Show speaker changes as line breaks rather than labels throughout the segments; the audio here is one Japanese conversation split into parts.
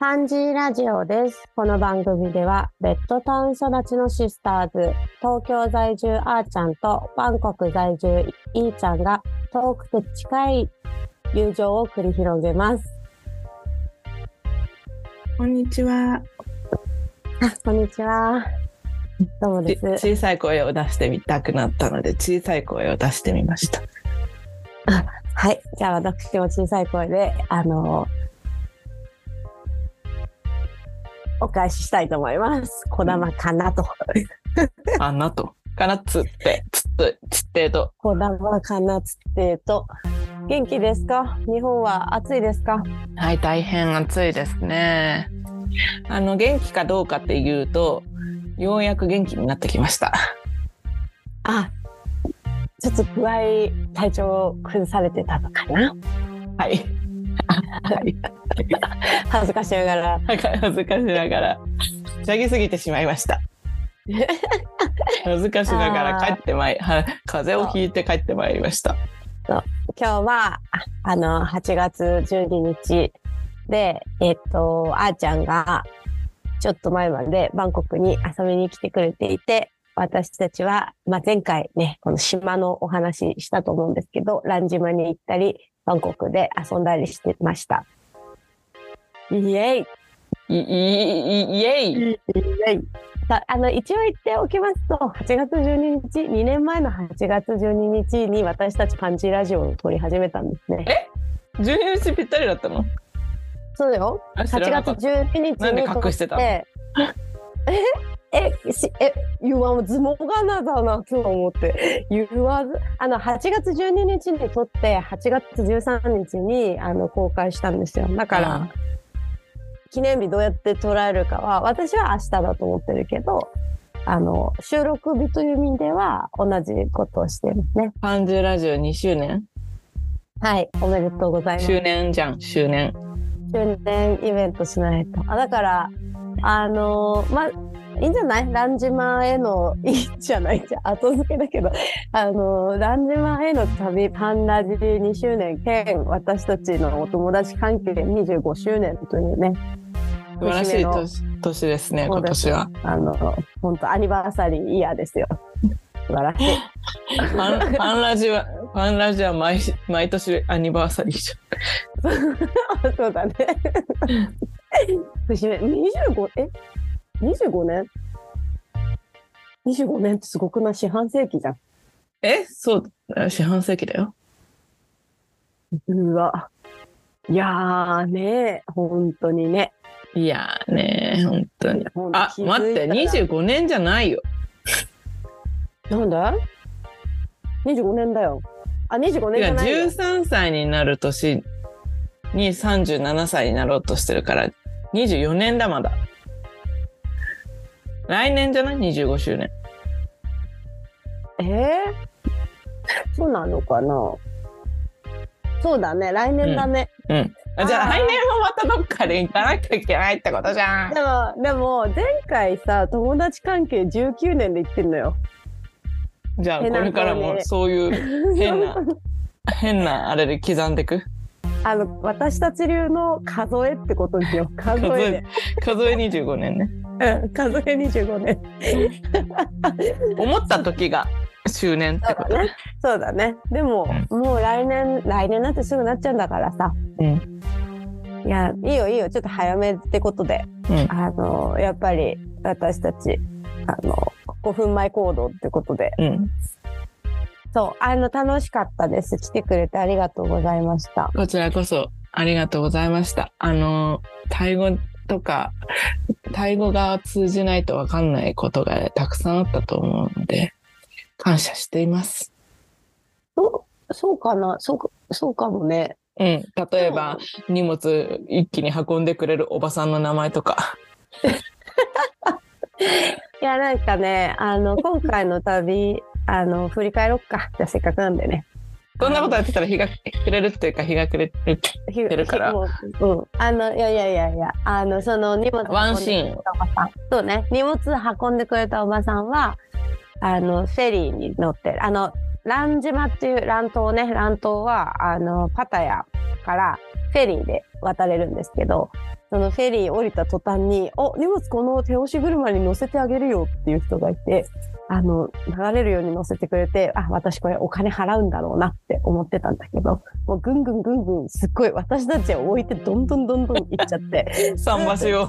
パンジーラジオです。この番組では、ベッドタウン育ちのシスターズ、東京在住あーちゃんと、バンコク在住いーちゃんが、遠くて近い友情を繰り広げます。
こんにち
あ、
は。
こんにちは。どうも
ち
です。
小さい声を出してみたくなったので、小さい声を出してみました。
はい。じゃあ、私も小さい声で、あのお返ししたいと思います。こだまかなと。
あんなと。かなつって、つって、つってと。
こだまかなつってえと。元気ですか日本は暑いですか
はい、大変暑いですね。あの、元気かどうかっていうと、ようやく元気になってきました。
あ、ちょっと具合、体調を崩されてたのかな
はい。はい
恥ずかしながら。
恥ずかしながら、はしゃぎすぎてしまいました。 恥ずかしながら帰ってまい、は風邪をひいて帰ってまいりました。
今日は、ああの、8月12日で、えっと、あーちゃんが、ちょっと前までバンコクに遊びに来てくれていて、私たちは、まあ、前回ね、この島のお話ししたと思うんですけど、ラン島に行ったり、バンコクで遊んだりしてました。イエイ
いいいいイエイ
さあの一応言っておきますと8月12日2年前の8月12日に私たちパンチラジオを撮り始めたんですね。
12日ぴったりだったの
そうだよ
あ知らな
8
かっ
月12日に
なんで隠してたの
撮ってええしえ You are ズモガナだな今日思って You are あの8月12日に撮って8月13日にあの公開したんですよだ
た
から、記念日どうやって捉えるかは私は明日だと思ってるけどあの収録日という意味では同じことをしてますね
パンジュラジオ2周年
はいおめでとうございます
周年じゃん周年
周年イベントしないとあだからあのまあいいんじゃないランジマへのいいんじゃないじゃ後付けだけどあのランジマへの旅パンラジ2周年兼私たちのお友達関係25周年というね
素晴らしい年年ですね今年は
あの、本当アニバーサリーイヤーですよ。 素晴らしい。
パンパンラジはパンラジは毎し毎年アニバーサリーじ
そうだね。節目、25、え ?25 年 ?25 年ってすごくない四半世紀じゃん。
ゃんえそう四半世紀だよ
うわ。いやーね、本当にね。
いやーねー本当に
本当
あ
気づいたら
待って25年じゃないよ
なんで ?25 年だよ。あ、25年
て
じ
か
ゃないよ。
13歳になる年に37歳になろうとしてるから24年だまだ来年じゃない25周年
えー、そうなのかなそうだね、来年だね。
あじゃあ
あー
来年もまたどっかで行かなきゃいけないってことじゃん
でも、でも、前回さ、友達関係19年で言ってんのよ。
じゃあこ
変な
れから
方
も
で
そういう変な変なあれで刻んでく
あの、私たち流の数えってことです よ。数えで。
数え25年ね
うん数え25年。
思った時が周年ってこと
ね。 そうだね。でも、もう来年、来年なんてすぐなっちゃうんだからさ。
うん
いや、いいよいいよ。ちょっと早めってことで、
うん
あの、やっぱり私たち、あの、5分前行動ってことで。
うん
そう、あの、楽しかったです。来てくれてありがとうございました。
こちらこそありがとうございました。あの、タイ語とか、タイ語が通じないとわかんないことがたくさんあったと思うので、感謝しています。
そう、そうかな。そうか、そうかもね。
うん。例えば、荷物一気に運んでくれるおばさんの名前とか。
いや、なんかね、あの、今回の旅、あの、振り返ろっか。じゃあせっかくなんでね。
そんなことやってたら日が暮れるっていうか、日が暮れる。
ひ
てるから
ひもううん。あの、いやいやいやいや、あの、その荷物
ワ
運ん
ン
でくれ
シーン
たおばさん。そうね。荷物運んでくれたおばさんは、あの、フェリーに乗って、あの、ラン島っていう、ラン島ね、ラン島は、あの、パタヤからフェリーで渡れるんですけど、そのフェリー降りた途端に、お、荷物この手押し車に乗せてあげるよっていう人がいて、あの、流れるように乗せてくれて、あ、私これお金払うんだろうなって思ってたんだけど、もうぐんぐんぐんぐんすっごい私たちを置いてどんどんどんどん行っちゃって。
桟 橋を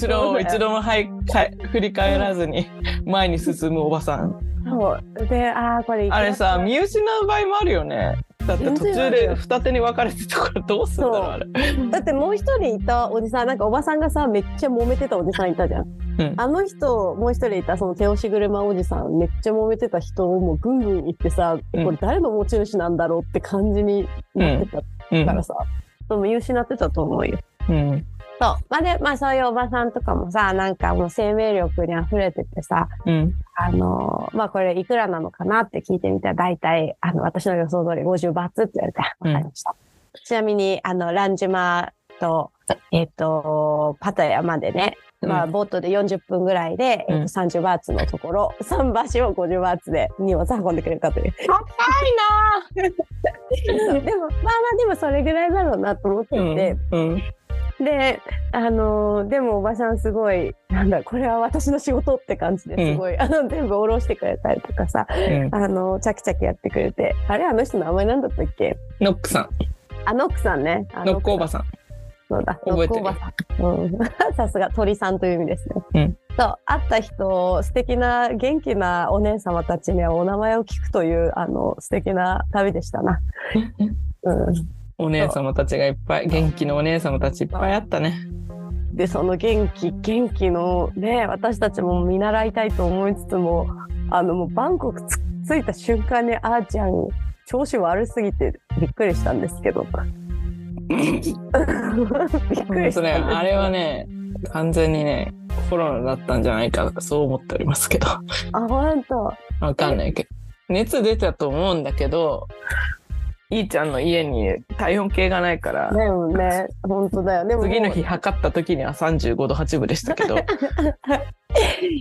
後ろを一度も、はい、か振り返らずに前に進むおばさん
そう。で、ああ、これ行き
あれさ
ま
見失う場合もあるよねだって途
全然あ
中
るよ
で二手に分かれてたからどうすんだろうあれ
すだってもう一人いたおじさん、なんかおばさんがさ、めっちゃ揉めてたおじさんいたじゃん。
うん
あの人、もう一人いた、その手押し車おじさん、めっちゃ揉めてた人をもうぐんぐん行ってさ、
うん
これ誰の持ち主なんだろうって感じになってた
うん
からさ、でも見失ってたと思うよ。
うん
そう。まあ、で、まあそういうおばさんとかもさ、なんかもう生命力に溢れててさ、
うん
あのーまあこれいくらなのかなって聞いてみたら、大体、あの、私の予想通り50バーツって言われて、わ
うん
かりました。ちなみに、あの、ランジュマと、えっ、と、パタヤまでね、まあ、
うん
ボートで40分ぐらいで、
うん
えっと30バーツのところ、桟橋を50バーツで荷物運んでくれたという。
高い な
でも、まあまあ、でもそれぐらいだろうなと思ってて、
うん
で、あのーでもおばさんすごい、なんだ、これは私の仕事って感じですごい、あの、全部下ろしてくれたりとかさ、
うん
あのーチャキチャキやってくれて、あれ、あの人の名前なんだったっけ
ノックさん
あ、ノックさんね。あ
ノックお
バ
ばさん
そうだ、ノ
覚
ッ
え
ク
て
お
る
ばさん。うん、 さすが鳥さんという意味ですね。
うん
そう、会った人、素敵な元気なお姉様たちにはお名前を聞くという、あの、素敵な旅でしたな。うん。
お姉様たちがいっぱい元気のお姉様たちいっぱいあったね
で、その元気、元気のね、私たちも見習いたいと思いつつも、あの、もうバンコクつ着いた瞬間にあーちゃん、調子悪すぎてびっくりしたんですけ ど。びっくりしたんですけ
そ
ど。
れあれはね完全にねコロナだったんじゃないかそう思っておりますけど
あ、ほんと。
わかんないけど熱出たと思うんだけどいいちゃんの家に体温計がないから
だよね。本当だよ。でももう
次の日測った時には35度8分でし たけど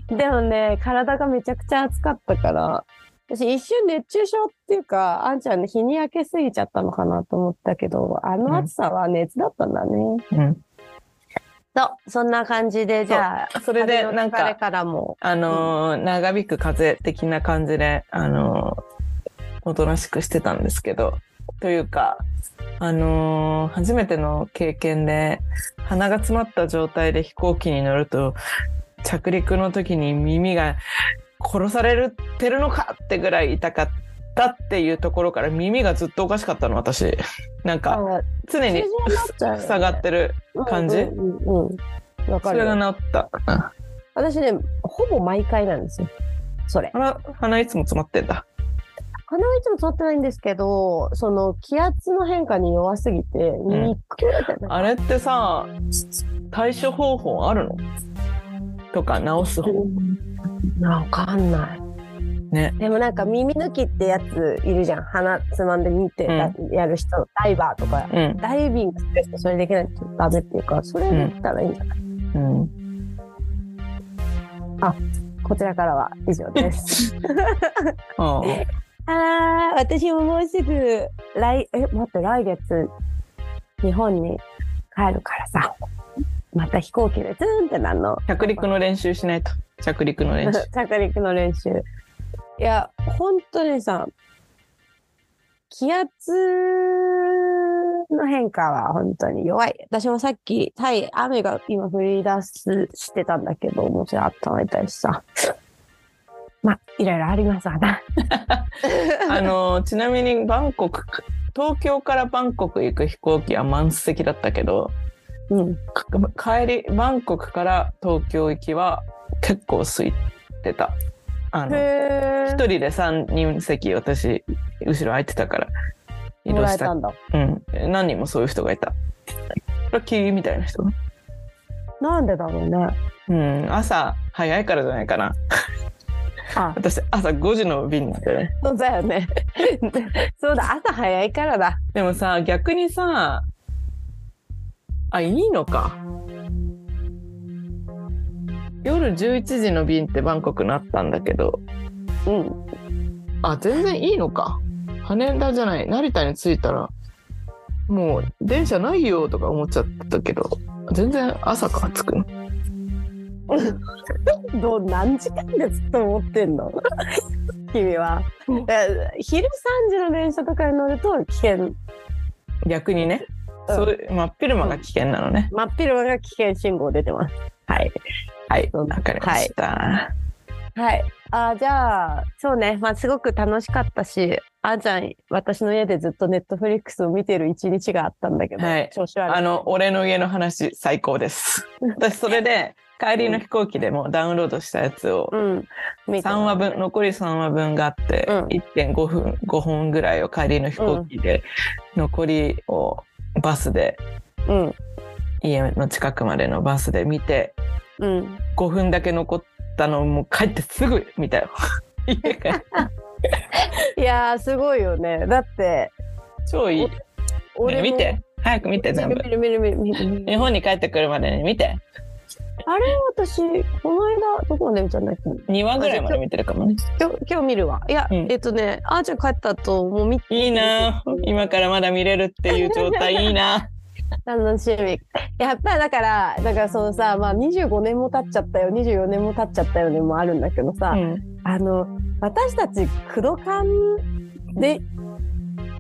でもね、体がめちゃくちゃ暑かったから、私一瞬熱中症っていうか、あんちゃんね、日に焼けすぎちゃったのかなと思ったけど、あの暑さは熱だったんだね。
うん
そう、そんな感じで、じゃあ、
それで
旅の
なん
疲れ
か
からも。
あのー長引く風邪的な感じであのーおとなしくしてたんですけどというかあのー初めての経験で鼻が詰まった状態で飛行機に乗ると着陸の時に耳が殺されるてるのかってぐらい痛かったっていうところから耳がずっとおかしかったの私なんか
あ
常に
ゃうよね
塞がってる感じ
うんうんうん。わ
そ
か
れ
る
が
よ。
治ったあ
私ね、ほぼ毎回なんですよ。それ。
ら鼻いつも詰まってんだ
鼻はいつも詰まってないんですけど、その気圧の変化に弱すぎて、耳くーってなっちゃう
あれってさ対処方法あるのとか治す方
わかんない。
ね。
でもなんか耳抜きってやついるじゃん。鼻つまんで見てだやる人、ダイバーとか。
うん、
ダイビングする人それできないとダメっていうか、それできたらいいんじゃない、
うん、
こちらからは以上です。
ああ
あー、私ももうすぐ、来、え、待って、来月、日本に帰るからさ、また飛行機でツーンってなんの。
着陸の練習しないと着陸の練 習
着陸の練習。いや、本当にさ、気圧の変化は本当に弱い。私もさっき、タイ、雨が今降り出すしてたんだけど、もちろん温めたいしさ。まあ、いろいろありますわな。
あのちなみにバンコク東京からバンコク行く飛行機は満席だったけど
うん。
か帰りバンコクから東京行きは結構空いてたあの
へ
一人で3人席私後ろ空いてたから移
も
動
ら
し
え
た
たんだ。
うん、何人もそういう人がいた。ラッキーみたいな人。
なんでだろうね。
うん、朝早いからじゃないかな。
あ、
私朝5時の便なんだよね。
そうだよね。 そうだ、朝早いからだ。
でもさ、逆にさ、あ、いいのか。夜11時の便ってバンコクなったんだけど、
うん。
あ、全然いいのか。羽田じゃない、成田に着いたら、もう電車ないよとか思っちゃったけど全然朝から着くの
どう何時間でずっと思ってんの 君は
うん。
え昼3時の電車とかに乗ると危険
逆にね、
うん
そういう真っ昼間が危険なのね、
真っ昼間が危険信号出てます。はい。
はい
うん
わかりました、
はい。あーじゃあ、そうね。まあ、すごく楽しかったし、あーちゃん、私の家でずっとネットフリックスを見てる一日があったんだけど、
はい
調子悪い。
あの俺の家の話最高です私それで帰りの飛行機でもダウンロードしたやつを
うん。見て
3話分残り3話分があって、
うん
1.5分5本ぐらいを帰りの飛行機で、残りをバスで
うん。
家の近くまでのバスで見て
うん。
5分だけ残ったのをもう帰ってすぐ見 たよ家帰って
いやー、すごいよね。だって、
超いい、ね
俺も
見て早く見て全部
見る見る見る見る見
日
る。
本に帰ってくるまでに見て
あれ、私、この間、どこまで見たんだっけ
2話ぐらいまで見てるかもね
今日今日見るわ。いや、
うん
えっとね、あーちゃん帰った後、もう見
いいなあ今からまだ見れるっていう状態いいなあ
楽しみ。やっぱりだから、だからそのさ、まあ25年も経っちゃったよ、24年も経っちゃったよねもあるんだけど
う
さ、
ん
あの、私たち、クドカンで、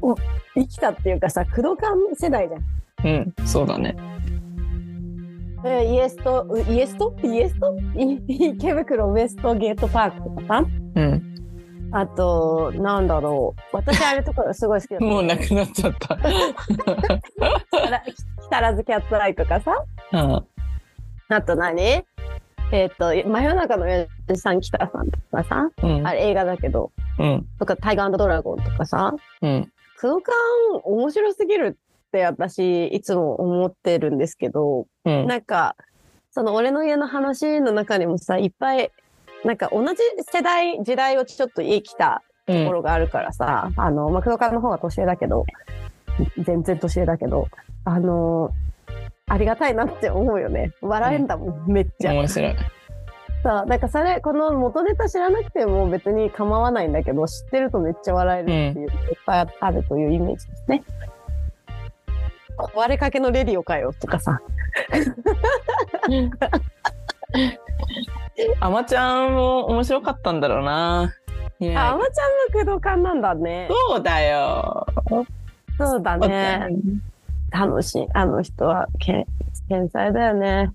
お生きたっていうかさ、クドカン世代じゃん。
うんそうだね
えイエスト、うイエストイエ ストい池袋ウエストゲートパークとかさ、
うん
あと、なんだろう。私あれとかすごい好きだった。
もうなくなっちゃった、
木更木更津キャッツアイとかさ、
うん、
あと何えっ、と、真夜中の親父さん、北さんとかさ、
うん
あれ映画だけど、
うん
とか、タイガードラゴンとかさ、
うん
クドカン面白すぎるって私、いつも思ってるんですけど、
うん
なんか、その俺の家の話の中にもさ、いっぱい、なんか同じ世代、時代をちょっと生きた
う
とこ
ん
ろがあるからさ、あの、まあ、クドカンの方が年上だけど、全然年上だけど、あの、ありがたいなって思うよね。笑えんだもん、めっちゃ。
面白い
そう、なんかそれ、この元ネタ知らなくても別に構わないんだけど、知ってるとめっちゃ笑えるっていう、いっぱいあるというイメージですね。壊れかけのレディオかよとかさ。
あまちゃんも面白かったんだろうな。い
あ、
や
あまちゃんの駆動感なんだね。
そうだよ。
そうだね。楽しい。あの人はけ天才だよね。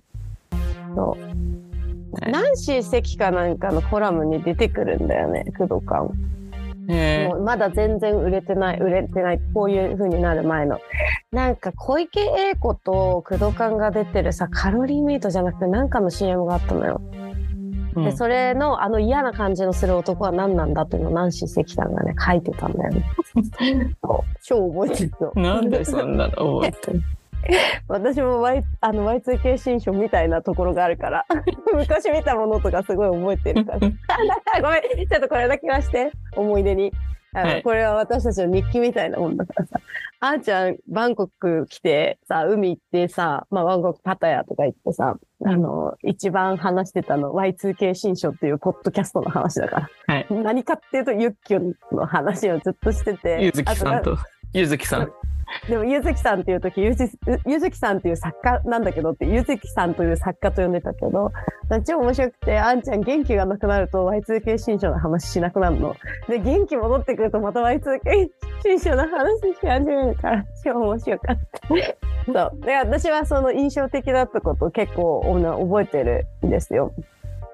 そう。ナンシー関かなんかのコラムに出てくるんだよね、駆動感。
ね
もうまだ全然売れてない売れてないこういう風になる前のなんか小池栄子と工藤館が出てるさカロリーミートじゃなくてなんかの CM があったのよ、
うん
でそれのあの嫌な感じのする男は何なんだっていうのをナンシー関さんがね書いてたんだよ ねそう超覚えてるの
なんでそんなの覚えてる
私も Y あの Y2K 新書みたいなところがあるから 昔見たものとかすごい覚えて るからごめんちょっとこれだけはして思い出にあの、
はい
これは私たちの日記みたいなもんだからさあーちゃんバンコク来てさ海行ってさ、まあ、バンコクパタヤとか行ってさあの一番話してたの Y2K 新書っていうポッドキャストの話だから、
はい
何かっていうとユッキョの話をずっとしてて
ゆずきさ
あ
ん
と
と。ゆずきさん。
でも、ゆずきさんっていう時、ゆずゆずきさんっていう作家なんだけどって、ゆずきさんという作家と呼んでたけど、超面白くて、あんちゃん元気がなくなると Y2K 新書の話しなくなるの。で、元気戻ってくるとまた Y2K 新書の話し始めるから、超面白かった。そう。で、私はその印象的だったことを結構おな覚えてるんですよ。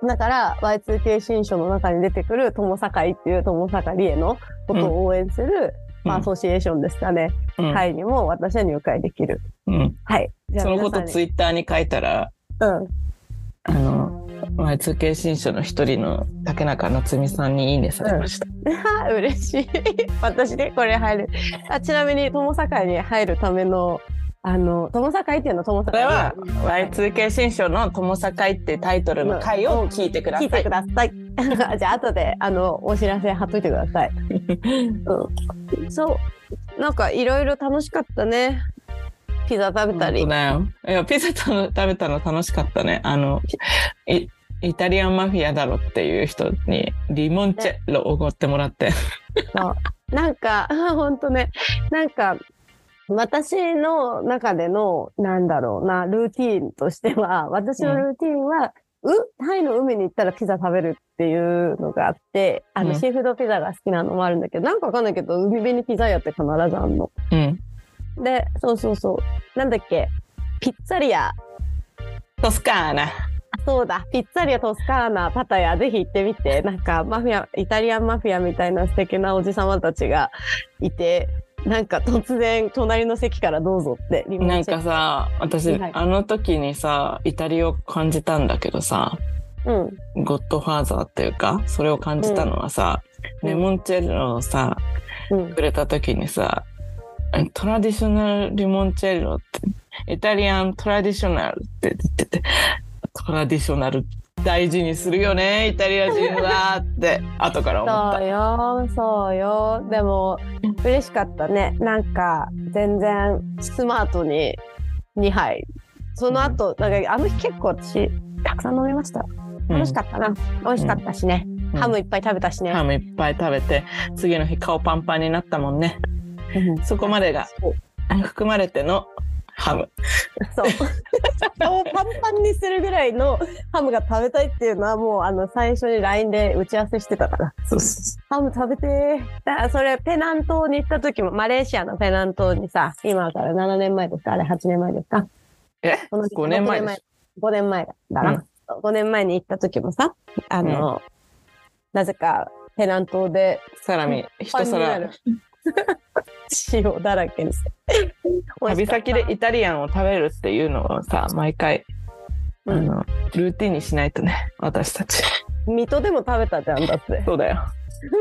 だから、Y2K 新書の中に出てくる友坂井っていう友坂理恵のことを応援する、まあ、アソシエーションですかね。
うん
会にも私は入会できる。
うん
はい。じゃあ
そのこと
皆さん
ツイッターに書いたら、
に
あの、Y2K 新書の一人の竹中夏美さんにいいねされました。
うん。はあ嬉しい。 私でこれ入る。あちなみに友坂に入るためのあの友坂っていうのは友
そ
坂
れは Y2K 新書の友坂いってタイトルの回を聞いてくだ
聞
さい。
いてください。 じゃあ後であのお知らせ貼っといてくだ さい。そう。なんかいろいろ楽しかったね。ピザ食べたり
本当。だよ。いや、ピザ食べたの楽しかったね。あの、いイタリアンマフィアだろっていう人にリモンチェッロをおごってもらって。
そうなんか、あほんとね。なんか、私の中での、なんだろうな、ルーティーンとしては、私のルーティーンは、うタイの海に行ったらピザ食べるっていうのがあって、あの、
うん
シーフードピザが好きなのもあるんだけど、なんかわかんないけど、海辺にピザ屋って必ずあんの。
うん。
で、そうそうそう。なんだっけ、ピッツァリア。
トスカーナ。
そうだ、ピッツァリア、トスカーナ、パタヤ、ぜひ行ってみ て、なんかマフィア、イタリアンマフィアみたいな素敵なおじさまたちがいて、なんか突然、隣の席からどうぞって、リモ
な
ー
ん
ト
かさ、私、
はい
あの時にさ、イタリアを感じたんだけどさ、
うん、
ゴッドファーザーっていうか、それを感じたのはさ、
うん
レモンチェッロをさ、
うん
く、れた時にさ、トラディショナルリモンチェッロって、イタリアントラディショナルって言ってて、トラディショナル大事にするよね、イタリア人 はって、後から思った。
そうよ、そうよ、でも、嬉しかったね、なんか、全然、スマートに2杯。その後、なんか、あの日結構私、たくさん飲みました。楽しかったな。美味しかったしね。
うん
ハムいっぱい食べたしね。
ハムいっぱい食べて、次の日顔パンパンになったもんね。
うん
そこまでが
そう
含まれてのハム。
そう。顔をパンパンにするぐらいのハムが食べたいっていうのはもうあの最初に LINE で打ち合わせしてたから。
そうそ
ハム食べてー。だからそれペナン島に行った時も、マレーシアのペナン島にさ、今から7年前ですかあれ8年前ですか
う。え
この
5年前です。
5年前だな、5年前に行った時もさ、あの、なぜかペナン島で
サラミ、一皿。
塩だらけにして。
旅先でイタリアンを食べるっていうのをさ、毎回、あ
うん
の、ルーティンにしないとね、私た ち。
水戸でも食べたじゃん、だって。
そうだよ。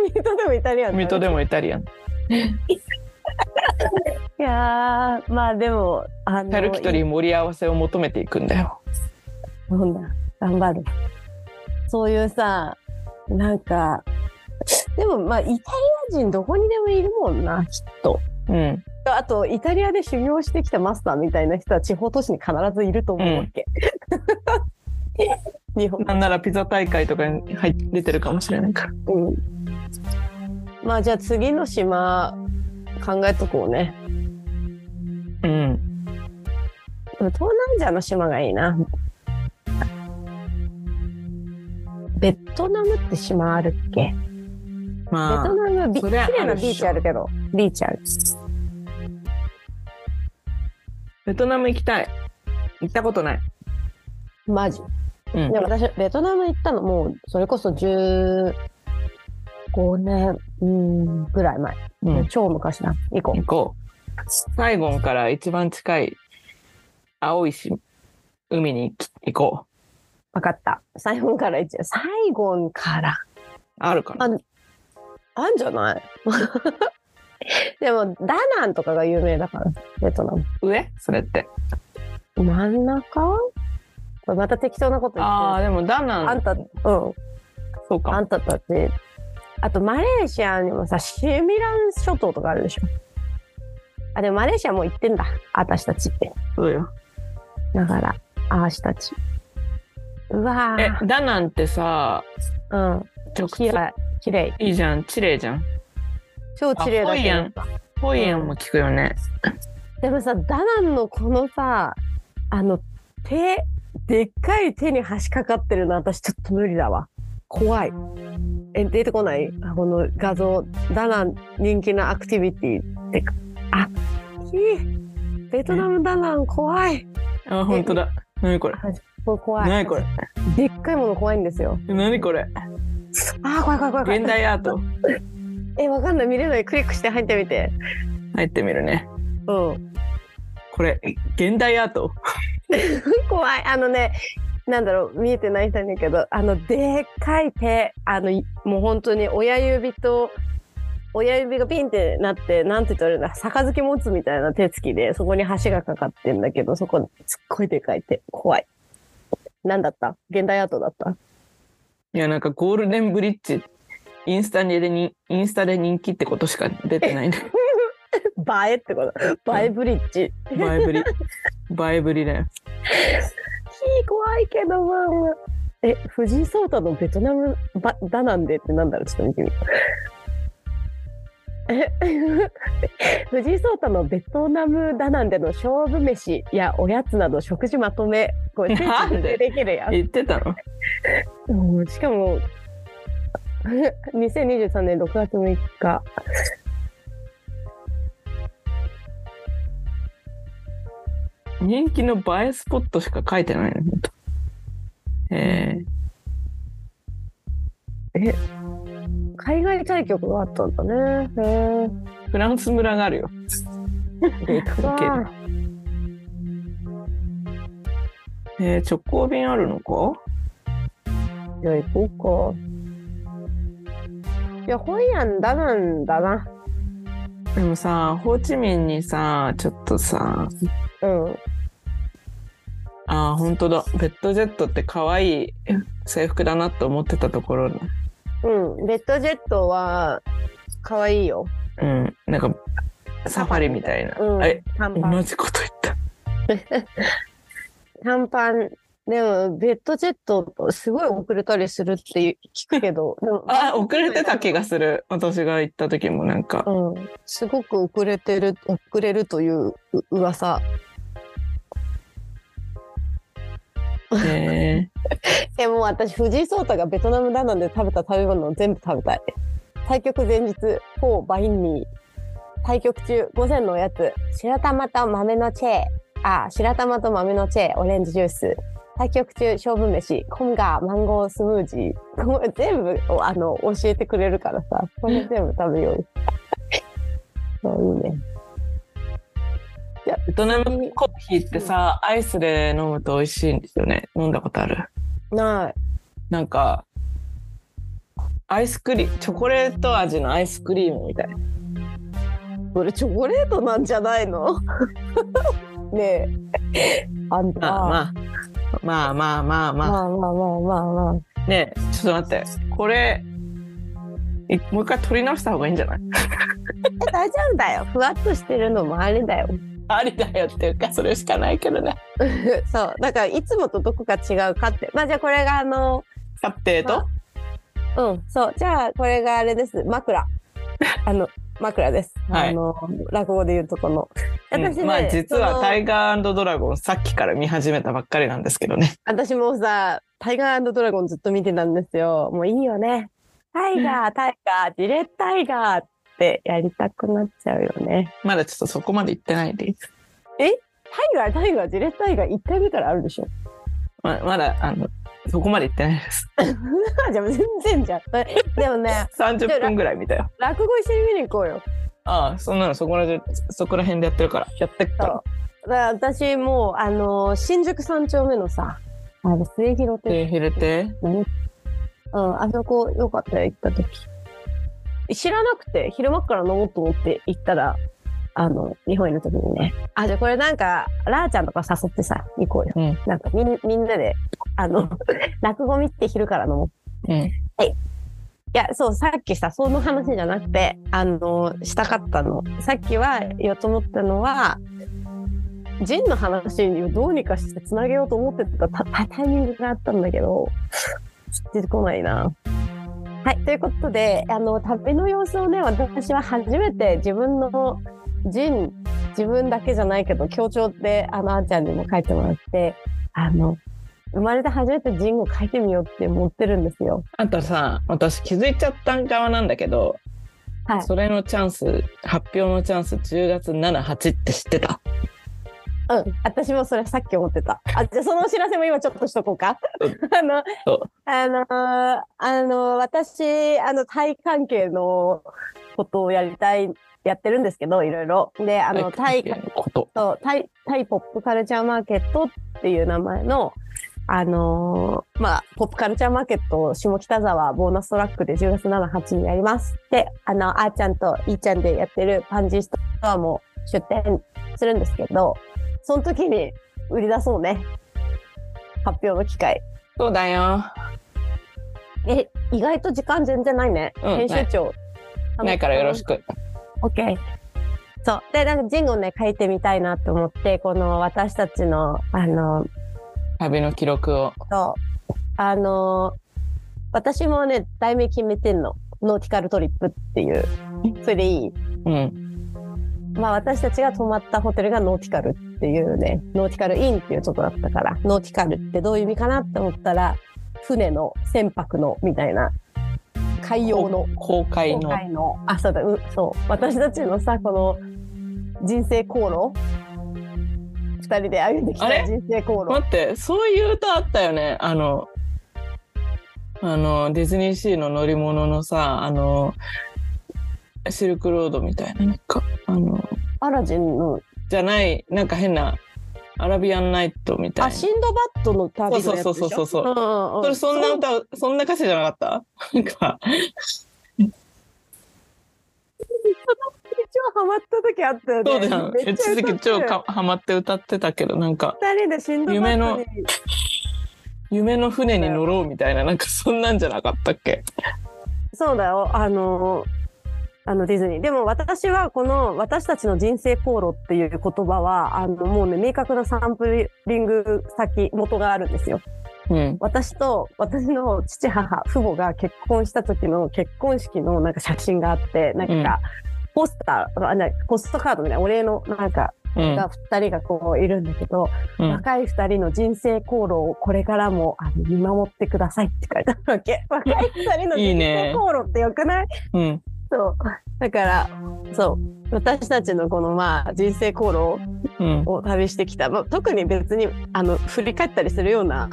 水戸でもイタリアン食べ
水
た
戸でもイタリアン。
いやーまあでもあの
タルキトリー盛り合わせを求めていくんだよ。
なんだ頑張るそういうさなんかでもまあイタリア人どこにでもいるもんな
うん。
あとイタリアで修行してきたマスターみたいな人は地方都市に必ずいると思うわけ、 日本
なんならピザ大会とかに入って出てるかもしれないから。
うんまあじゃあ次の島考えとこうね
うん。
でも東南アジアの島がいいなベトナムって島あるっけベト
まあ、
ナムはビ
そ
綺
りゃある
麗な
っしょ
ビーチあるけど、ビーチある。
ベトナム行きたい。行ったことない。
マジ。
うん
で。私、ベトナム行ったのもう、それこそ15年、うん、ぐらい前。
うん。
超昔だ。行こ
行こう。サイゴンから一番近い青いし海に行き行こう。
う。わかった。サイゴンから一応。サイゴンから。
あるかな
ああんじゃない でも、ダナンとかが有名だから、ベトナム。
上それって。
真ん中これまた適当なこと言
あ
っ
あ、
てる。
でもダナン。
あんた、うん。
そうか
あ
も。
んたたち。あと、マレーシアにもさ、シミラン諸島とかあるでしょ。あ、でもマレーシアもう行ってんだ。私たちって。
そうよ。
だから、私たち。うわ
え
ぁ。、
ダナンってさ、
うん。
直
き
接
れい。きれい。
いいじゃん。チレイじゃん。
超きれいだ
あホイアン
けど。
ホイエンも聞くよね。
でもさ、ダナンのこのさ、あの、手、でっかい手に端かかってるの私ちょっと無理だわ。怖い。え、出てこないこの画像。ダナン人気なアクティビティってか。あ、ひえベトナムダナン怖い。
あ、本当だ。何これ。
これ怖い。
何これ。
でっかいもの怖いんですよ。
何これ。
あー、怖い怖い怖い怖
現
い。
代アート。
え、わかんない。見れない。クリックして入ってみて。
入ってみるね。
うん。
これ、現代アート。
怖い。あのね、なんだろう、見えてない人にだけど、あの、でっかい手、あの、いもう本当に親指と、親指がピンってなって、なんて言ったらいいんだ、杯持つみたいな手つきで、そこに橋がかかってんだけど、そこ、すっごいでかい手、怖い。なんだった現代アートだった
いや、なんかゴールデンブリッジ、インスタにでに、インスタで人気ってことしか出てないんだけど。
映えってこと。映えブリッジ。ひ
バイブリ。バイブリだよ。
ー怖いけど、まあまあえ、藤井聡太のベトナムばだなんでってなんだろうちょっと見てみる。 藤井聡太のベトナムダナンでの勝負飯やおやつなど食事まとめこれ
なん
聖地巡礼
で
できるや
言ってたの
んもうしかも 2023年6月6日
人気の映えスポットしか書いてないの、本当え
海外対局があったんだねへえ
ー、フランス村がある よ。で行くだけ
わあ
えー、直行便あるのか
じゃあ行こうかいやホイアンダナンだな
でもさ、ホーチミンにさ、ちょっとさ、
うん
あー、本当だ。ベッドジェットって可愛い制服だなと思ってたところだ。
うんレッドジェットは可愛いよ
うん。なんか、サファリみたいな。
うん
え、
短パン
同じこと言った。
短パンでもベッドジェットすごい遅れたりするって聞くけどでも
あ、遅れてた気がする。私が行った時もなんか。
うん、すごく遅れてる遅れるというう噂
え
えもう私藤井聡太がベトナムダナンで食べた食べ物を全部食べたい対局前日フォーバインミー対局中午前のおやつ白玉と豆のチェーあ白玉と豆のチェーオレンジジュース対局中勝負飯コンガーマンゴースムージーこれ全部をあの教えてくれるからさこれ全部食べよ うあいいね
ー、ベトナムコーヒーってさ、アイスで飲むと美味しいんですよね。飲んだことある。
ない
なんか、アイスクリーム、チョコレート味のアイスクリームみたいな。
これチョコレートなんじゃないの ねえあんた、
まあまあ、まあまあまあまあ。
まあまあまあまあまあ。
ねえ、ちょっと待って。これ、いもう一回取り直した方がいいんじゃない
大丈夫だよ。ふわっとしてるのもあれだよ。
ありだよっていうか、それしかないけどね。
そう。だからいつもとどこが違うかって。まあじゃあこれがあの、
さてと、
うん、そう。じゃあこれがあれです。枕。 あの、枕です。
はい
あの、落語で言うとこの。私ね、
うんまあ実は
その
タイガードラゴンさっきから見始めたばっかりなんですけどね。
私もさ、タイガードラゴンずっと見てたんですよ。もういいよね。タイガー、タイガー、ジレッタイガーってやりたくなっちゃうよね。
まだちょっとそこまで行ってないでいいです。
タイガー、タイガー、ジレッタイガー1回目からあるでしょ。
ままだ、あの、そこまで行ってないです。
じゃあ全然 じゃん。えでもね、
30分ぐらい見たよ。
落語一緒に見に行こうよ。
ああ、そんなのそこら中、そこら辺でやってるから、やってっか
そ
ら。
う。だから私もう、あのー新宿三丁目のさ、あの、末広って、
で、昼て。
うん、あそこよかったよ、行った時。知らなくて、昼間っから飲もうと思って行ったら、あの、日本いる時にね。あ、じゃあこれなんか、ラーちゃんとか誘ってさ、行こうよ。
うん
なんかみん、みんなで、あの、 落語見て昼から飲もう。
うん。
いや、そう、さっきさ、その話じゃなくて、あの、したかったの。さっきは言おうと思ったのは、ジンの話をどうにかしてつなげようと思ってたたたタイミングがあったんだけど、出てこないな。はい、ということで、あの、旅の様子をね、私は初めて自分のジン、自分だけじゃないけど、協調で、あの、あーちゃんにも書いてもらって、あの、生まれて初めてジンを書いてみようって思ってるんですよ。
あとさ、私気づいちゃった側なんだけど、
はい
それのチャンス、発表のチャンス10月7、8って知ってた。
うん、私もそれさっき思ってた。あ、じゃあそのお知らせも今ちょっとしとこうか
う。
あの
そう、
あのーあのー私、あの、タイ関係のことをやりたい、やってるんですけど、いろいろ。で、あ の、タイ、
のこと。
そうタイ、タイポップカルチャーマーケットっていう名前の、あのーまあ、ポップカルチャーマーケットを下北沢ボーナストラックで10月7、8にやります。で、あの、あーちゃんといーちゃんでやってるパンジーストアも出店するんですけど、その時に売り出そうね。発表の機会。
そうだよ。
え、意外と時間全然ないね。
うん
編集長。
ないからよろし
く。
く。
OK。そう。で、なんかジンをね、書いてみたいなと思って、この私たちの、あの、
旅の記録を。
そう。あのー私もね、題名決めてんの。ノーティカルトリップっていう、それでいい。
うん。
まあ私たちが泊まったホテルがノーティカルっていうね、ノーティカルインっていうとこだったから、ノーティカルってどういう意味かなって思ったら、船の、船舶の、みたいな、海洋の、
公開
今
の。
回の、あ、そうだ、う、そう、私たちのさ、この人生航路、二人で歩んできた
あれ
人生航路。
待って、そういう歌あったよね。あの、あの、ディズニーシーの乗り物のさ、あの、シルクロードみたいな、なんか、あの、
アラジンの、
じゃない、なんか変な、アラビアンナイトみたい
あ、
な。
シンドバッドの旅のやつでしょ。
そうそうそうそうそうん
んうん
それそんな歌、そんな歌詞じゃなかったなんか、
超ハマった時あったよね。
そうだよ。
めっ
一
ちゃ歌って
時期
る
超かハマって歌ってたけど、なんか、
二人でシンドバッ
夢
ド
の
に。
夢の船に乗ろうみたいな、なんかそんなんじゃなかったっけ
そうだよ。あの、あのディズニー。でも私はこの私たちの人生航路っていう言葉は、あのもうね、明確なサンプリング先、元があるんですよ。
うん。
私と私の父母父母が結婚した時の結婚式のなんか写真があってなん
うん
かポスター、あなポストカードみたいなお礼のなんか
うん。
が2人がこういるんだけど、
うん
若い2人の人生航路をこれからもあの見守ってくださいって書いてあるわ け若い2人の
いい
人
ね
生航路ってよくない
うん。
そうだからそう私たちのこのまあ人生航路
うん。
を旅してきた、まあ、特に別にあの振り返ったりするような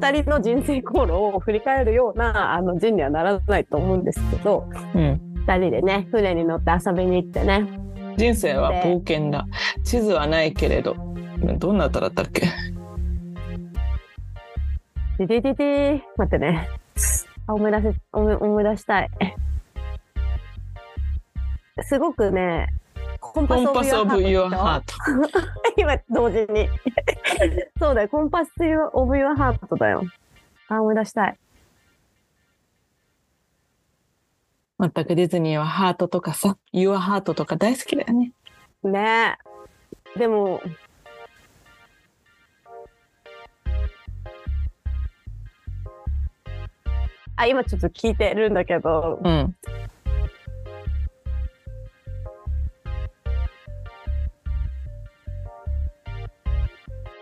2人の人生航路を振り返るようなあの人にはならないと思うんですけど
うん。
2人でね船に乗って遊びに行ってね
人生は冒険だ地図はないけれどどんな歌だったっけ
ディディディディ待ってねあ思い出せ思い思い出したいすごくねコン
コンパス・オブ・
ビ
ユ
ア
ア・ハート
今同時に そうだよコンパス・オブ・ユア・ハートだよあ思い出したい
全くディズニーはハートとかさユア・ハートとか大好きだよね
ねえでもあ今ちょっと聞いてるんだけど
うん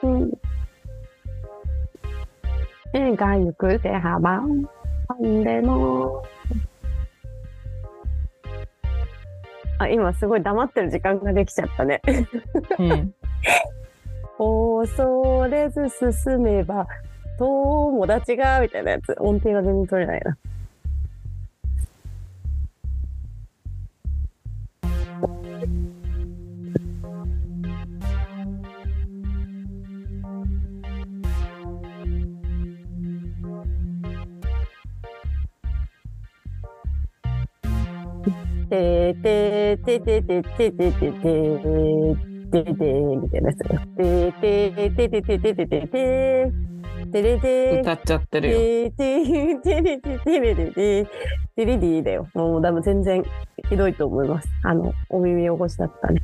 うん絵が行く手幅なんでもあ今すごい黙ってる時間ができちゃったね
うん
恐れず進めば友達がみたいなやつ音程が全然取れないな。ててててててててててででみたいなやつ。でででででででででででで
歌っちゃってるよ
ででででででででででででだよ。もう多分全然ひどいと思います。あのお耳汚しだったね。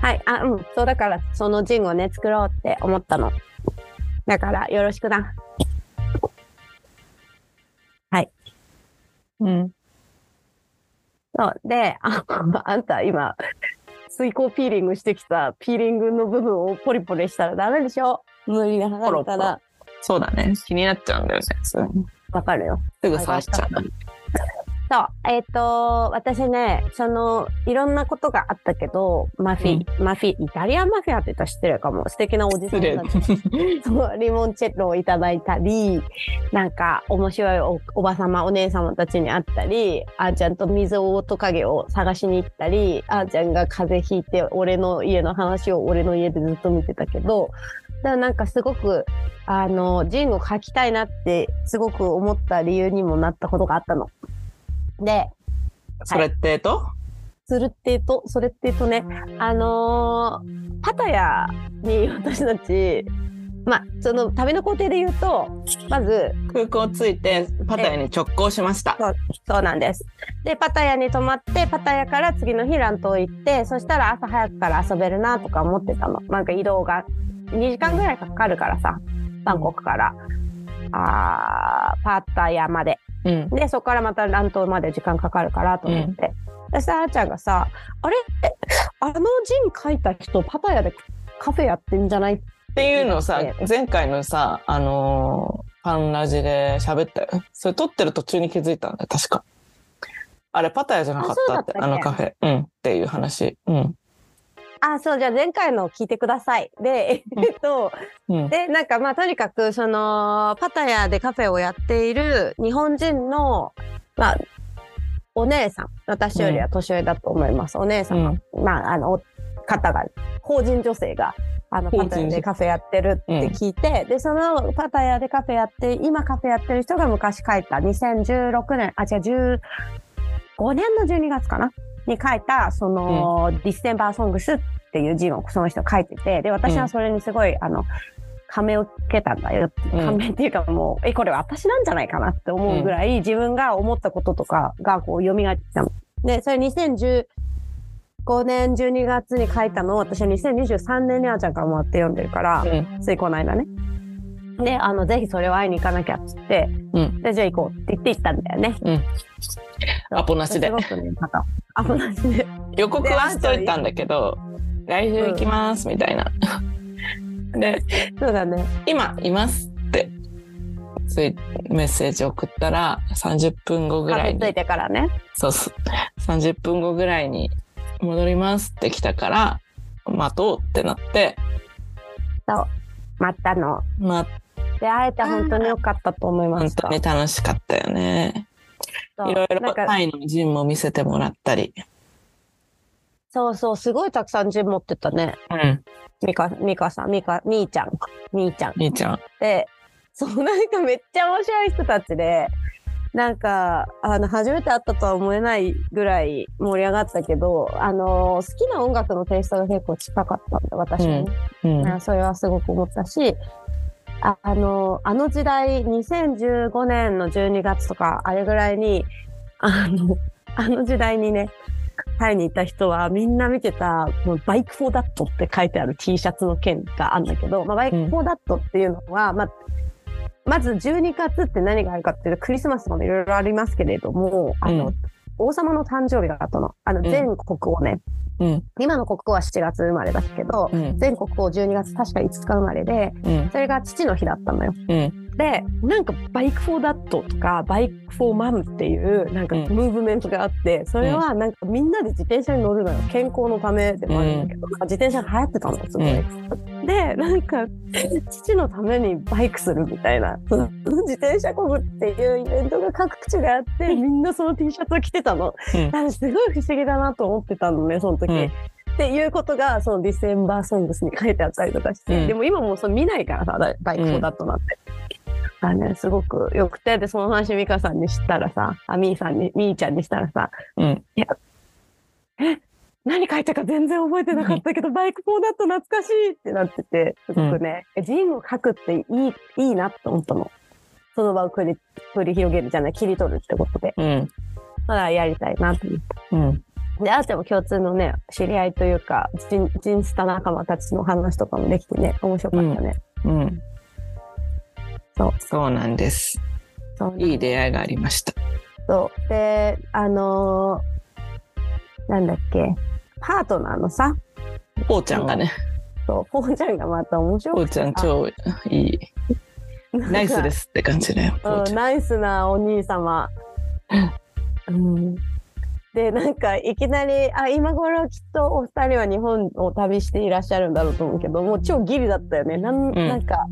はい、あうんそうだからそのジンをね作ろうって思ったの。だからよろしくな。
うん
そうで、あ あんた今水耕ピーリングしてきたピーリングの部分をポリポリしたらダメでしょ。無理に離れたら
そうだね気になっちゃうんだよねす
わかるよ。
ぐ触っちゃう
そう、えっ、と、私ね、その、いろんなことがあったけど、マフィ、マフィ、イタリアンマフィアって言ったら知ってるかも。素敵なおじさ
失
んた
礼
ちそう リモンチェッロをいただいたり、なんか面白いおおばさま、お姉さまたちに会ったり、あーちゃんと水オオトカゲを探しに行ったり、あーちゃんが風邪ひいて、俺の家の話を俺の家でずっと見てたけど、だからなんかすごく、あの、ジンを書きたいなってすごく思った理由にもなったことがあったの。で、
それってえと
するってえと、それってえとね、あのーパタヤに私たち、まあ、その旅の工程で言うと、まず、
空港着いてパタヤに直行しました
そうなんです。で、パタヤに泊まって、パタヤから次の日乱闘行って、そしたら朝早くから遊べるなとか思ってたの。なんか移動が2時間ぐらいかかるからさ、バンコクから、あーパタヤまで。
うん。
で、そこからまた乱闘まで時間かかるからと思って。そしたらあーちゃんがさ、あれあの人書いた人、パタヤでカフェやってんじゃない
っていうのをさ
え、
前回のさ、あのーパンラジで喋ったよ。それ撮ってる途中に気づいたんだよ、確か。あれ、パタヤじゃなかったって、
あそ
あ
うだ
の
った
カ
っ
フェ。うん。っていう話。うん。
あ、そう、じゃあ前回のを聞いてください。で、
うん
えっと、
うん。
で、なんかまあとにかく、その、パタヤでカフェをやっている日本人の、まあ、お姉さん。私よりは年上だと思います。お姉さん
うん。
まあ、あの、お方が、法人女性が、あの、
法
パ
人
タヤでカフェやってるって聞いて、で、そのパタヤでカフェやって、今カフェやってる人が昔書いた、2016年、あ、違う、15年の12月かなに書いた、その、ディステンバーソングスっていう字をその人書いてて、で、私はそれにすごい、あの、感銘を受けたんだよ。
うん
感銘っていうかもう、え、これ私なんじゃないかなって思うぐらい、自分が思ったこととかがこう、蘇ってきたの。で、それ2010、5年12月に書いたのを私は2023年にあーちゃんからもらって読んでるから、
うん。
ついこの間ね。で、あの、ぜひそれを会いに行かなきゃっつって、
うん。
で、じゃあ行こうって言って行ったんだよね。
うん
そう
アポなしです
ごくね、また、アポなしで。
予告はしといたんだけど、来週行きます、みたいな。で、
そうだね。
今いますって、ついメッセージ送ったら、30分後ぐら
ア
い
ポ
に
ついてからね。
そうそう。30分後ぐらいに戻りますって来たから、待とうってなって、
またの。
まあ、
で、会えて本当に良かったと思いま
本
した
当。に楽しかったよね。
そう
いろい
な
ろ
んか
タイのジンも見せてもらったり。
そうそう、すごいたくさん順持ってたね。
うん。
ミカ、ミカさん、ミカ、ミーちゃんか。ミーちゃん。
みーちゃん。
で、そう、なんかめっちゃ面白い人たちで、なんか、あの、初めて会ったとは思えないぐらい盛り上がったけど、あの、好きな音楽のテイストが結構近かったんで、私はね。
うん。
あそれはすごく思ったし、ああの、あの時代、2015年の12月とか、あれぐらいに、あの、 あの時代にね、タイにいた人はみんな見てた、このバイクフォーダットって書いてある T シャツの件があるんだけど、まあ、バイクフォーダットっていうのは、まあ、まず12月って何があるかっていうと、クリスマスとかもいろいろありますけれども、あの、
うん
王様の誕生日があったの。あの、
ん
全国をね、
うん。
今の国王は7月生まれだけど、
うん。
全国を12月確か5日生まれで
うん。
それが父の日だったのよ。
うん。
でなんかバイクフォーダットとかバイクフォーマムっていうなんか
うん
ムーブメントがあってそれはなんかみんなで自転車に乗るのよ健康のためでもあるんだけど、まあ自転車が流行ってたのすごい。でなんか父のためにバイクするみたいなその自転車こぐっていうイベントが各地であってみんなその T シャツを着てたの。
うん
なんかすごい不思議だなと思ってたのねその時。
うん
っていうことがそのディセンバーソングスに書いてあったりとかして、
うん
でも今もうそれ見ないからさだバイク4だとなって。あね、すごくよくてでその話美香さんにしたらさあみーさんにみーちゃんにしたらさ
うん。
何書いたか全然覚えてなかったけど、バイク4だと懐かしいってなっててすごくね、ジンを書くっていいいいなって思ったのその場を繰り繰り広げるじゃない切り取るってことで
うん。
まだやりたいなと思って
うん。
で、あーちゃんも共通のね、知り合いというか、ジンジンスタ仲間たちの話とかもできてね、面白かったね。
うん。
そう。
そうなんです。
そう
いい出会いがありました。
そう。で、あのーなんだっけ、パートナーのさ、
ぽーちゃんがね、
そう、ポーちゃんがまた面白
ぽ
く。
ーちゃん超いい。ナイスですすって感じだよ、ぽ
う
ー
ん
ちゃん。
ナイスなお兄 様。うんで、なんか、いきなり、あ、今頃きっとお二人は日本を旅していらっしゃるんだろうと思うけど、もう超ギリだったよね。なん,、
ん
なんか、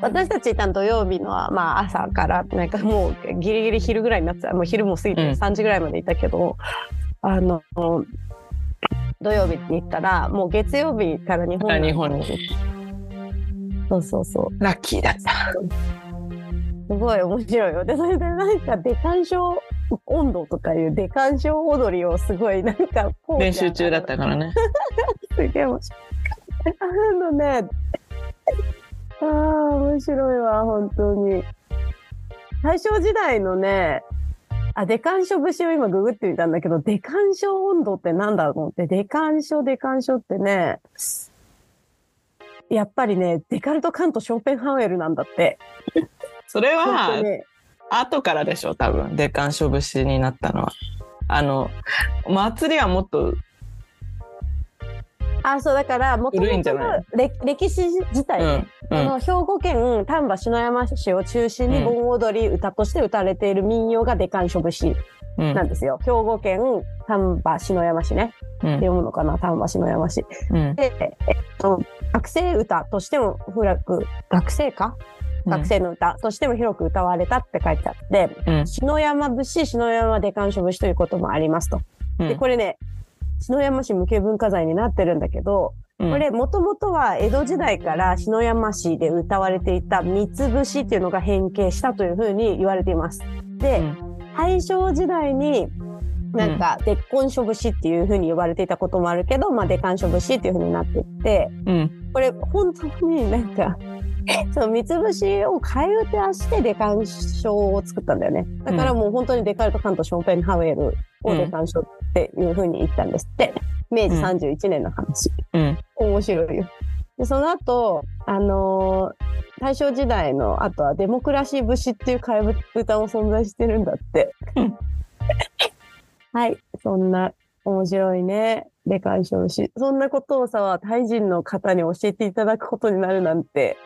私たちいたの土曜日のは、まあ朝から、なんかもうギリギリ昼ぐらいになってた。もう昼も過ぎ
うん
て3時ぐらいまでいたけど、あの、土曜日に行ったら、もう月曜日から日本
あ日本に
そうそうそう。
ラッキーだった。
すごい面白いよ。で、それでなんか、デカン賞温度とかいうデカン賞踊りをすごい、なんか、ポーちゃん
練習中だっ。たからね。
すげえ面白い。あのね、ああ、面白いわ、本当に。大正時代のね、あ、デカン賞節を今ググってみたんだけど、デカン賞温度ってなんだろうと思って、デカン賞、デカン賞ってね、やっぱりね、デカルト・カント・ショーペンハウエルなんだって。
それ
本
は
当、に
後からでしょ多分月刊勝負師になったのはあの祭りはもっと
あ、そう、だから、もとも
古いんじ
と
ゃない
歴史自
う
体、
んう
あ
ん
の兵庫県丹波篠山市を中心
う
に
ん
盆踊り歌として歌われている民謡がデカンショブシ
うん
なんですよ。兵庫県丹波篠山市ね。っ
う
て
ん
読むのかな丹波篠山市。
うん
で、えっと、学生歌としても、古く、学生か学生の歌としても広く歌われたって書いてあって、
うん
篠山節、篠山デカンショブシということもありますと。
うん
で、これね、篠山市無形文化財になってるんだけど、
うん
これもともとは江戸時代から篠山市で歌われていた三つ節っていうのが変形したというふうに言われています。で、
うん
大正時代になんか「鉄根書節」っていうふうに呼ばれていたこともあるけど、まあ、鉄根書節っていうふうになっていって
うん
これ本当になんか その三つ節を替え歌してデカン書を作ったんだよねだからもう本当にデカルト・カント・ショーペンハウエルをデカン書っていうふうに言ったんですって明治31年の話。
うん
面白いよ。でその後、あのー大正時代の後はデモクラシー節っていう替え歌も存在してるんだって
うん。
はい、そんな面白いね。で解消し、そんなことをさ、タイ人の方に教えていただくことになるなんて、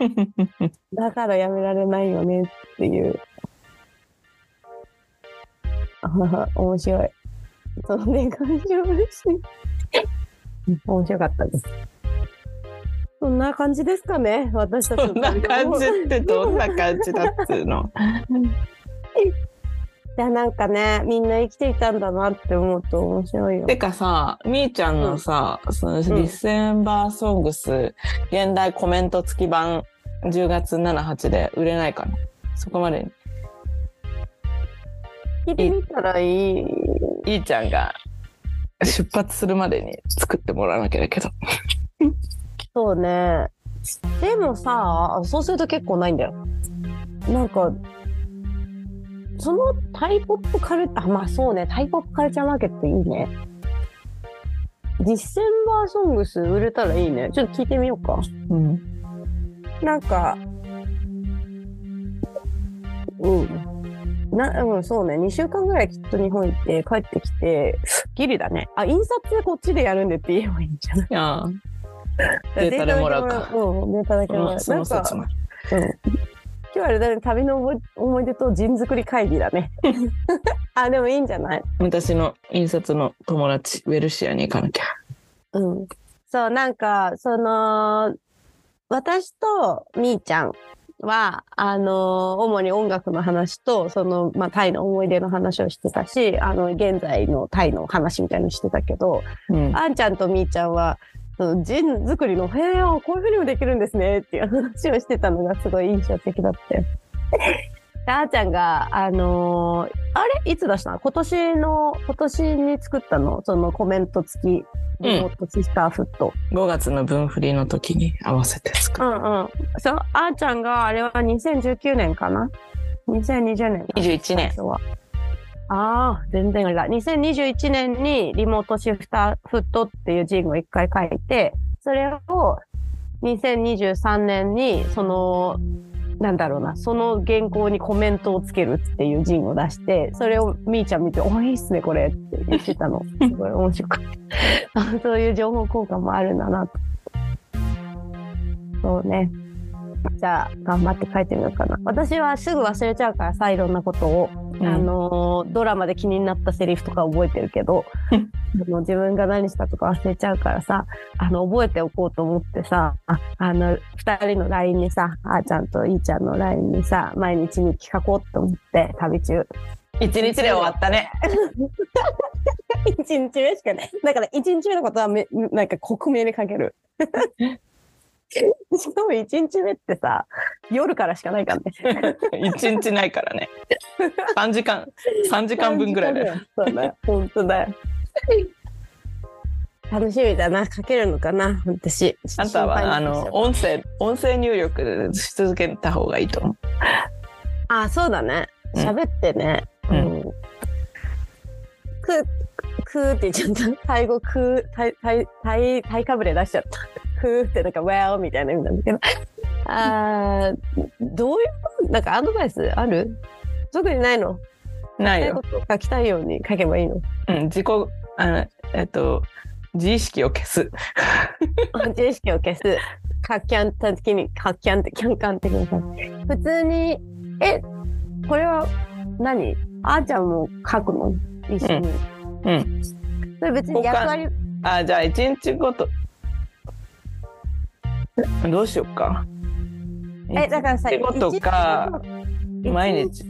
だからやめられないよねっていう。 あはは面白い。そのね、感情嬉しい。面白かったです。そんな感じですかね、私たち
そ
の
んな
旅は
感じ ってどんな感じだっつうの
いや、なんかね、みんな生きていたんだなって思うと面白いよ。
てかさ、みーちゃんのさ、そのリセンバーソングス、現代コメント付き版10月7、8で売れないかな。そこまで
聞いてみたらいい。
に、いーちゃんが出発するまでに作ってもらわなきゃだけど。
そうね。でもさ、そうすると結構ないんだよ。なんか、そのタイポップカルあ、まあそうね、タイポップカルチャーマーケットいいね。実践バーソングス売れたらいいね。ちょっと聞いてみようか。
うん。
なんか、うん。なうん、そうね2週間ぐらいきっと日本行って帰ってきてギリだねあ印刷こっちでやるんでって言えばいいんじゃない
いやーデータでもらうか
うんデータだけもらう、
うんその説も。
うん今日はあれだね、旅の思い思い出と人づくり会議だ ね。あ、でもいいんじゃない
私の印刷の友達、ウェルシアに行かなきゃ。
うん。そう、なんか、その、私とみーちゃんは、あの、主に音楽の話と、その、まあ、タイの思い出の話をしてたし、あの、現在のタイの話みたいのしてたけど、
うん。
あんちゃんとみーちゃんは、その人づくりの、へえ、こういうふうにもできるんですねっていう話をしてたのがすごい印象的だったよ。 であーちゃんが、あのーあれいつ出したの今年の、今年に作ったのそのコメント付き、リモットツイスターフット。
5月の分振りの時に合わせて作
う
る。
んうん。そう、あーちゃんが、あれは2019年かな ?2020 年か。
21
最。初は。ああ、全然あれだ。2021年にリモートシフターフットっていうジングを一回書いて、それを2023年に、その、なんだろうな、その原稿にコメントをつけるっていうジングを出して、それをみーちゃん見て、おいいっすね、これって言ってたの。すごい面白かった。あ そういう情報交換もあるんだなと。そうね。じゃあ、頑張って書いてみようかな。私はすぐ忘れちゃうからさ、いろんなことを。
うん
あのードラマで気になったセリフとか覚えてるけ どあの自分が何したとか忘れちゃうからさあの覚えておこうと思ってさああの2人の LINE にさあーちゃんといーちゃんの LINE にさ毎日日記書こうと思って旅中
一日で終わったね。
1日目しかないだから1日目のことはめなんか克明に書け るしかも1日目ってさ夜からしかないからね
一日ないからね。3時間、3時間分ぐらいだよ。
そうだよ。 本当だよ。楽しみだな。書けるのかな私。
あとは、あの、音声、音声入力し続けた方がいいと思う。
あ、そうだね。
うん
喋ってね。
うん
ん。く、くーって言っちゃった。タイ語くー、タイ、タイ、タイ、タイかぶれ出しちゃった。くーってなんか、わーおみたいな意 味なんだけど。あーどういう、なんかアドバイスある特にないの。
ない
書
よ。
こと書きたいように書けばいいの。
うん、自己、あの、えっと、自意識を消す。
自意識を消す。かっきゃん的に、かっきゃんって、キャンカン的にさ。普通に、え、これは何、あーちゃんも書くの一緒に。
うんう
それ別に役割、
あ、じゃあ一日ごと。どうしよっか。
え、だからさ、
一日ごとか、
一日
毎日、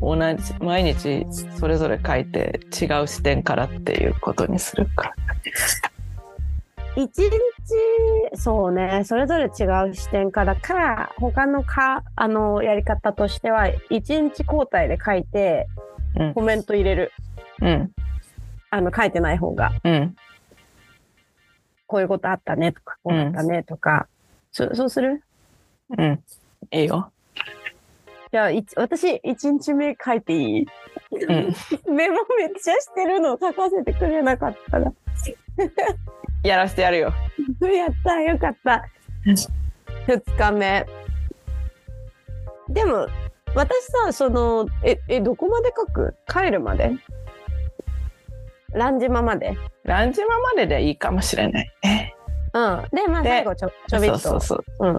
同じ、毎日それぞれ書いて違う視点からっていうことにするか。
一日そうねそれぞれ違う視点からから他のかあのやり方としては一日交代で書いて
うん
コメント入れる、
うん、
あの書いてない方が
うん、
こういうことあったねとかこうだったねとか、そそうする
うん。いいよ。
じゃあいち私一日目書いていい、
うん。
メモめっちゃしてるの書かせてくれなかったら
やらせてやるよ。
やったよかった
うん
2日目でも私さそのええどこまで書く帰るまでランジマまでうんで
ランジマまででいいかもしれないね。
まあ
で
最後ちょちょびっと
そうそう
うん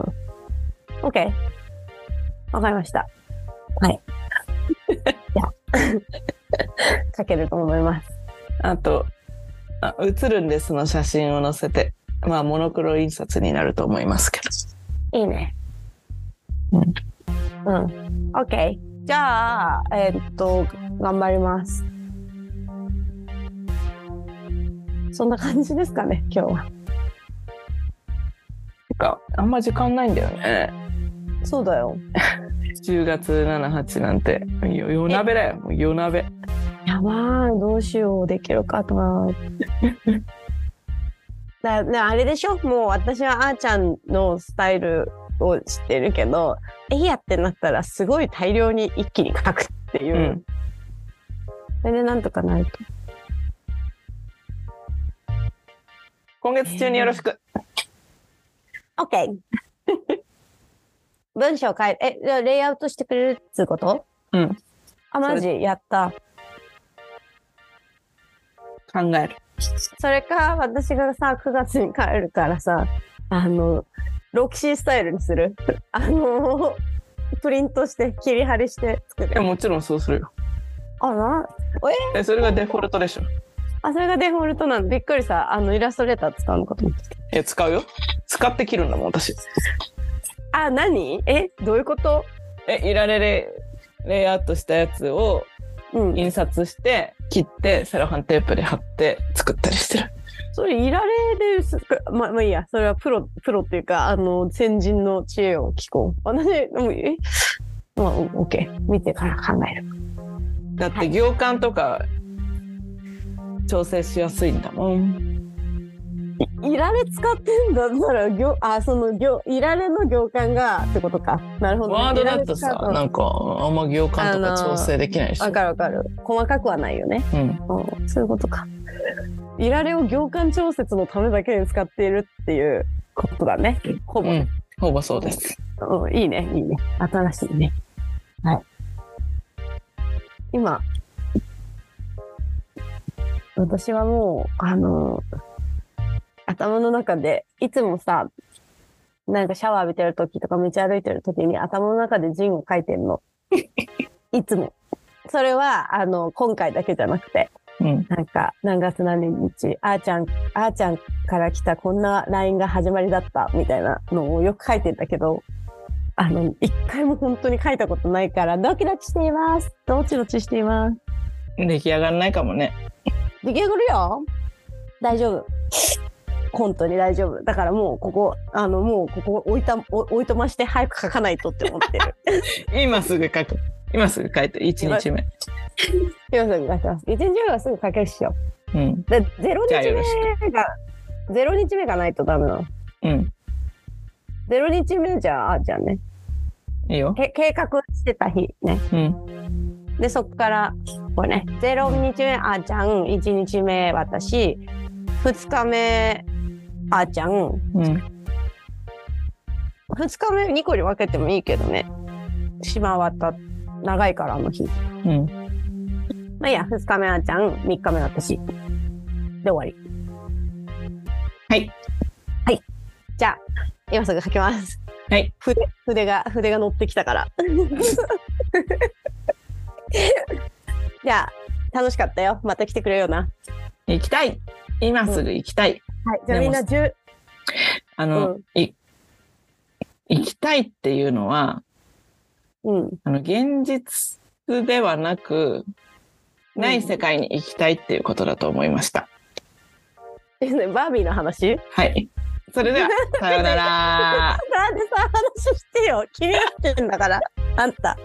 OK わかりましたはいじゃあ 書けると思います
そう。あと、あ映るんですの写真を載せて、まあ、モノクロ印刷になると思いますけど。
いいね
う
う
ん
ん OK じゃあえーっと頑張りますそんな感じですかね今日は
てか、あんま時間ないんだよね。
そうだよ。
10月7、8なんて、よ夜鍋だよ。もう夜鍋。
やばい、どうしよう、できるか な。だだあれでしょもう私はあーちゃんのスタイルを知ってるけど、えいやってなったらすごい大量に一気に書くっていうう。
ん。
それでなんとかなると。
今月中によろしく。
OK! 文章変える。え、じゃあレイアウトしてくれるっつうこと
うん。
あ、マジやった。
考える。
それか、私がさ、9月に帰るからさ、あの、ロキシースタイルにする。 あの、プリントして、切り貼りして作
え、
る。
もちろんそうするよ。
あ、な、
え、それがデフォルトでしょ。
あ、それがデフォルトなの。びっくりさ、あの、イラストレーター使うのかと思ってた。
え、使うよ。使って切るんだもん、私。
あ、何え、どういうこと
え、いられレレイアウトしたやつを
うん。
印刷して、切って、セロハンテープで貼って作ったりしてる。
それ、いられです。ま、まあいいや。それはプロ、プロっていうか、あの、先人の知恵を聞こう。私、うんえまあ、オッケー。見てから考える。
だっ
は
て行間とか調整しやすいんだもん。
いられ使ってんだったら行 あその行いられの行間がってことかなるほどね、
ワードだ
いられ
と
使
さ
う、と
なんかあんま行間とか調整できないでしょ
わ。かるわかる細かくはないよね
うん。
うんそういうことかいられを行間調節のためだけに使っているっていうことだねほぼ
う
ね、
ん。ほぼそうです。
うんいいねいいね新しいねはい今私はもうあの頭の中でいつもさなんかシャワー浴びてる時とか道歩いてる時に頭の中でジンを書いてんのいつもそれはあの今回だけじゃなくて
うん。
なんか、何月何日、あーちゃん、あーちゃんから来たこんな LINE が始まりだった、みたいなのをよく書いてんだけど、あの、一回も本当に書いたことないから、ドキドキしています。ドチドチしています。
出来上がらないかもね。
出来上がるよ大丈夫。本当に大丈夫。だからもうここ、あの、もうここ置いた、お置いとまして早く書かないとって思って る。
今すぐ書く。今すぐ書いて、1日目。
今すぐ書きます。一日目はすぐ書けるっしょ。
うん。
で、ゼロ
じ
日
ゃあよろし
目が、ゼロ日目がないとダメなの。
うん。
ゼロ日目じゃあ、あーちゃんね。
いいよ。
け計画してた日ね。
うん。
で、そこから、これね、0日目あーちゃん、1日目私、2日目あーちゃん、
うん。
2日目2個に分けてもいいけどね。島渡長いから、あの日。
うん。
まあいいや、2日目あーちゃん、3日目私。で終わり。
はい。
はい。じゃあ、今すぐ書きます。
はい。
筆、筆が、筆が乗ってきた から。じゃあ、楽しかったよ。また来てくれよな。
行きたい今すぐ行きたい。
はい。じゃあ
で
みん
も
な10、
あ
う
の、
ん。
い行きたいっていうのは、
うん。
あの、現実ではなく、ない世界に行きたいっていうことだと思いました。
ですね、バービーの話
はい。それ では、さようなら。
なんでさ、話してよ。気になってんだから。あんた。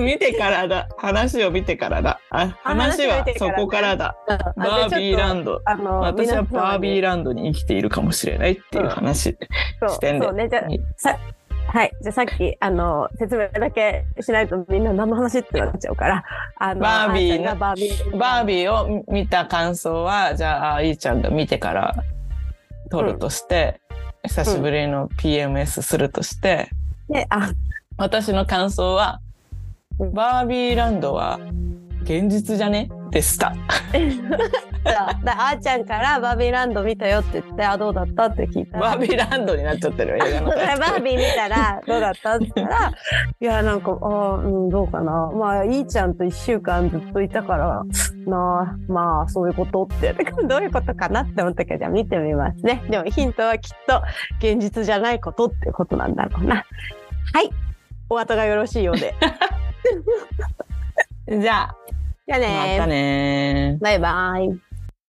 見てからだ。話を見てからだ。あ
あ
話は
話を見て
そ
からね
こからだ。
あ
バービーランド。
あの
私はバービー
ラ
ランドに生きているかもしれないっていう話。
ン
視点で
そうね、じゃあ
はい
はい。じゃあさっき、あの、説明だけしないとみんな何の話ってなっちゃうから。あの、
バービー
あんたがバービー。
バービーを見た感想は、じゃあ、あーいーちゃんが見てから撮るとして、久しぶりの PMS するとして、
ー。で、あ、
私の感想は、
うん
バービーランドは現実じゃねでした。
そうだあーちゃんからバービーランド見たよって言って、あ、どうだったって聞いたら。
バービーランドになっちゃってる映画の
だか
タ
ら
イ
バ
トル
ービー見たらどうだったって言ったら「いやなんかあーうんどうかなまあいいちゃんと1週間ずっといたからなあまあそういうこと」って だからどういうことかなって思ったけどじゃあ見てみますねでもヒントはきっと現実じゃないことっていうことなんだろうなはいお後がよろしいよう で
じゃあ、
じゃあね
またねー。
バイバイ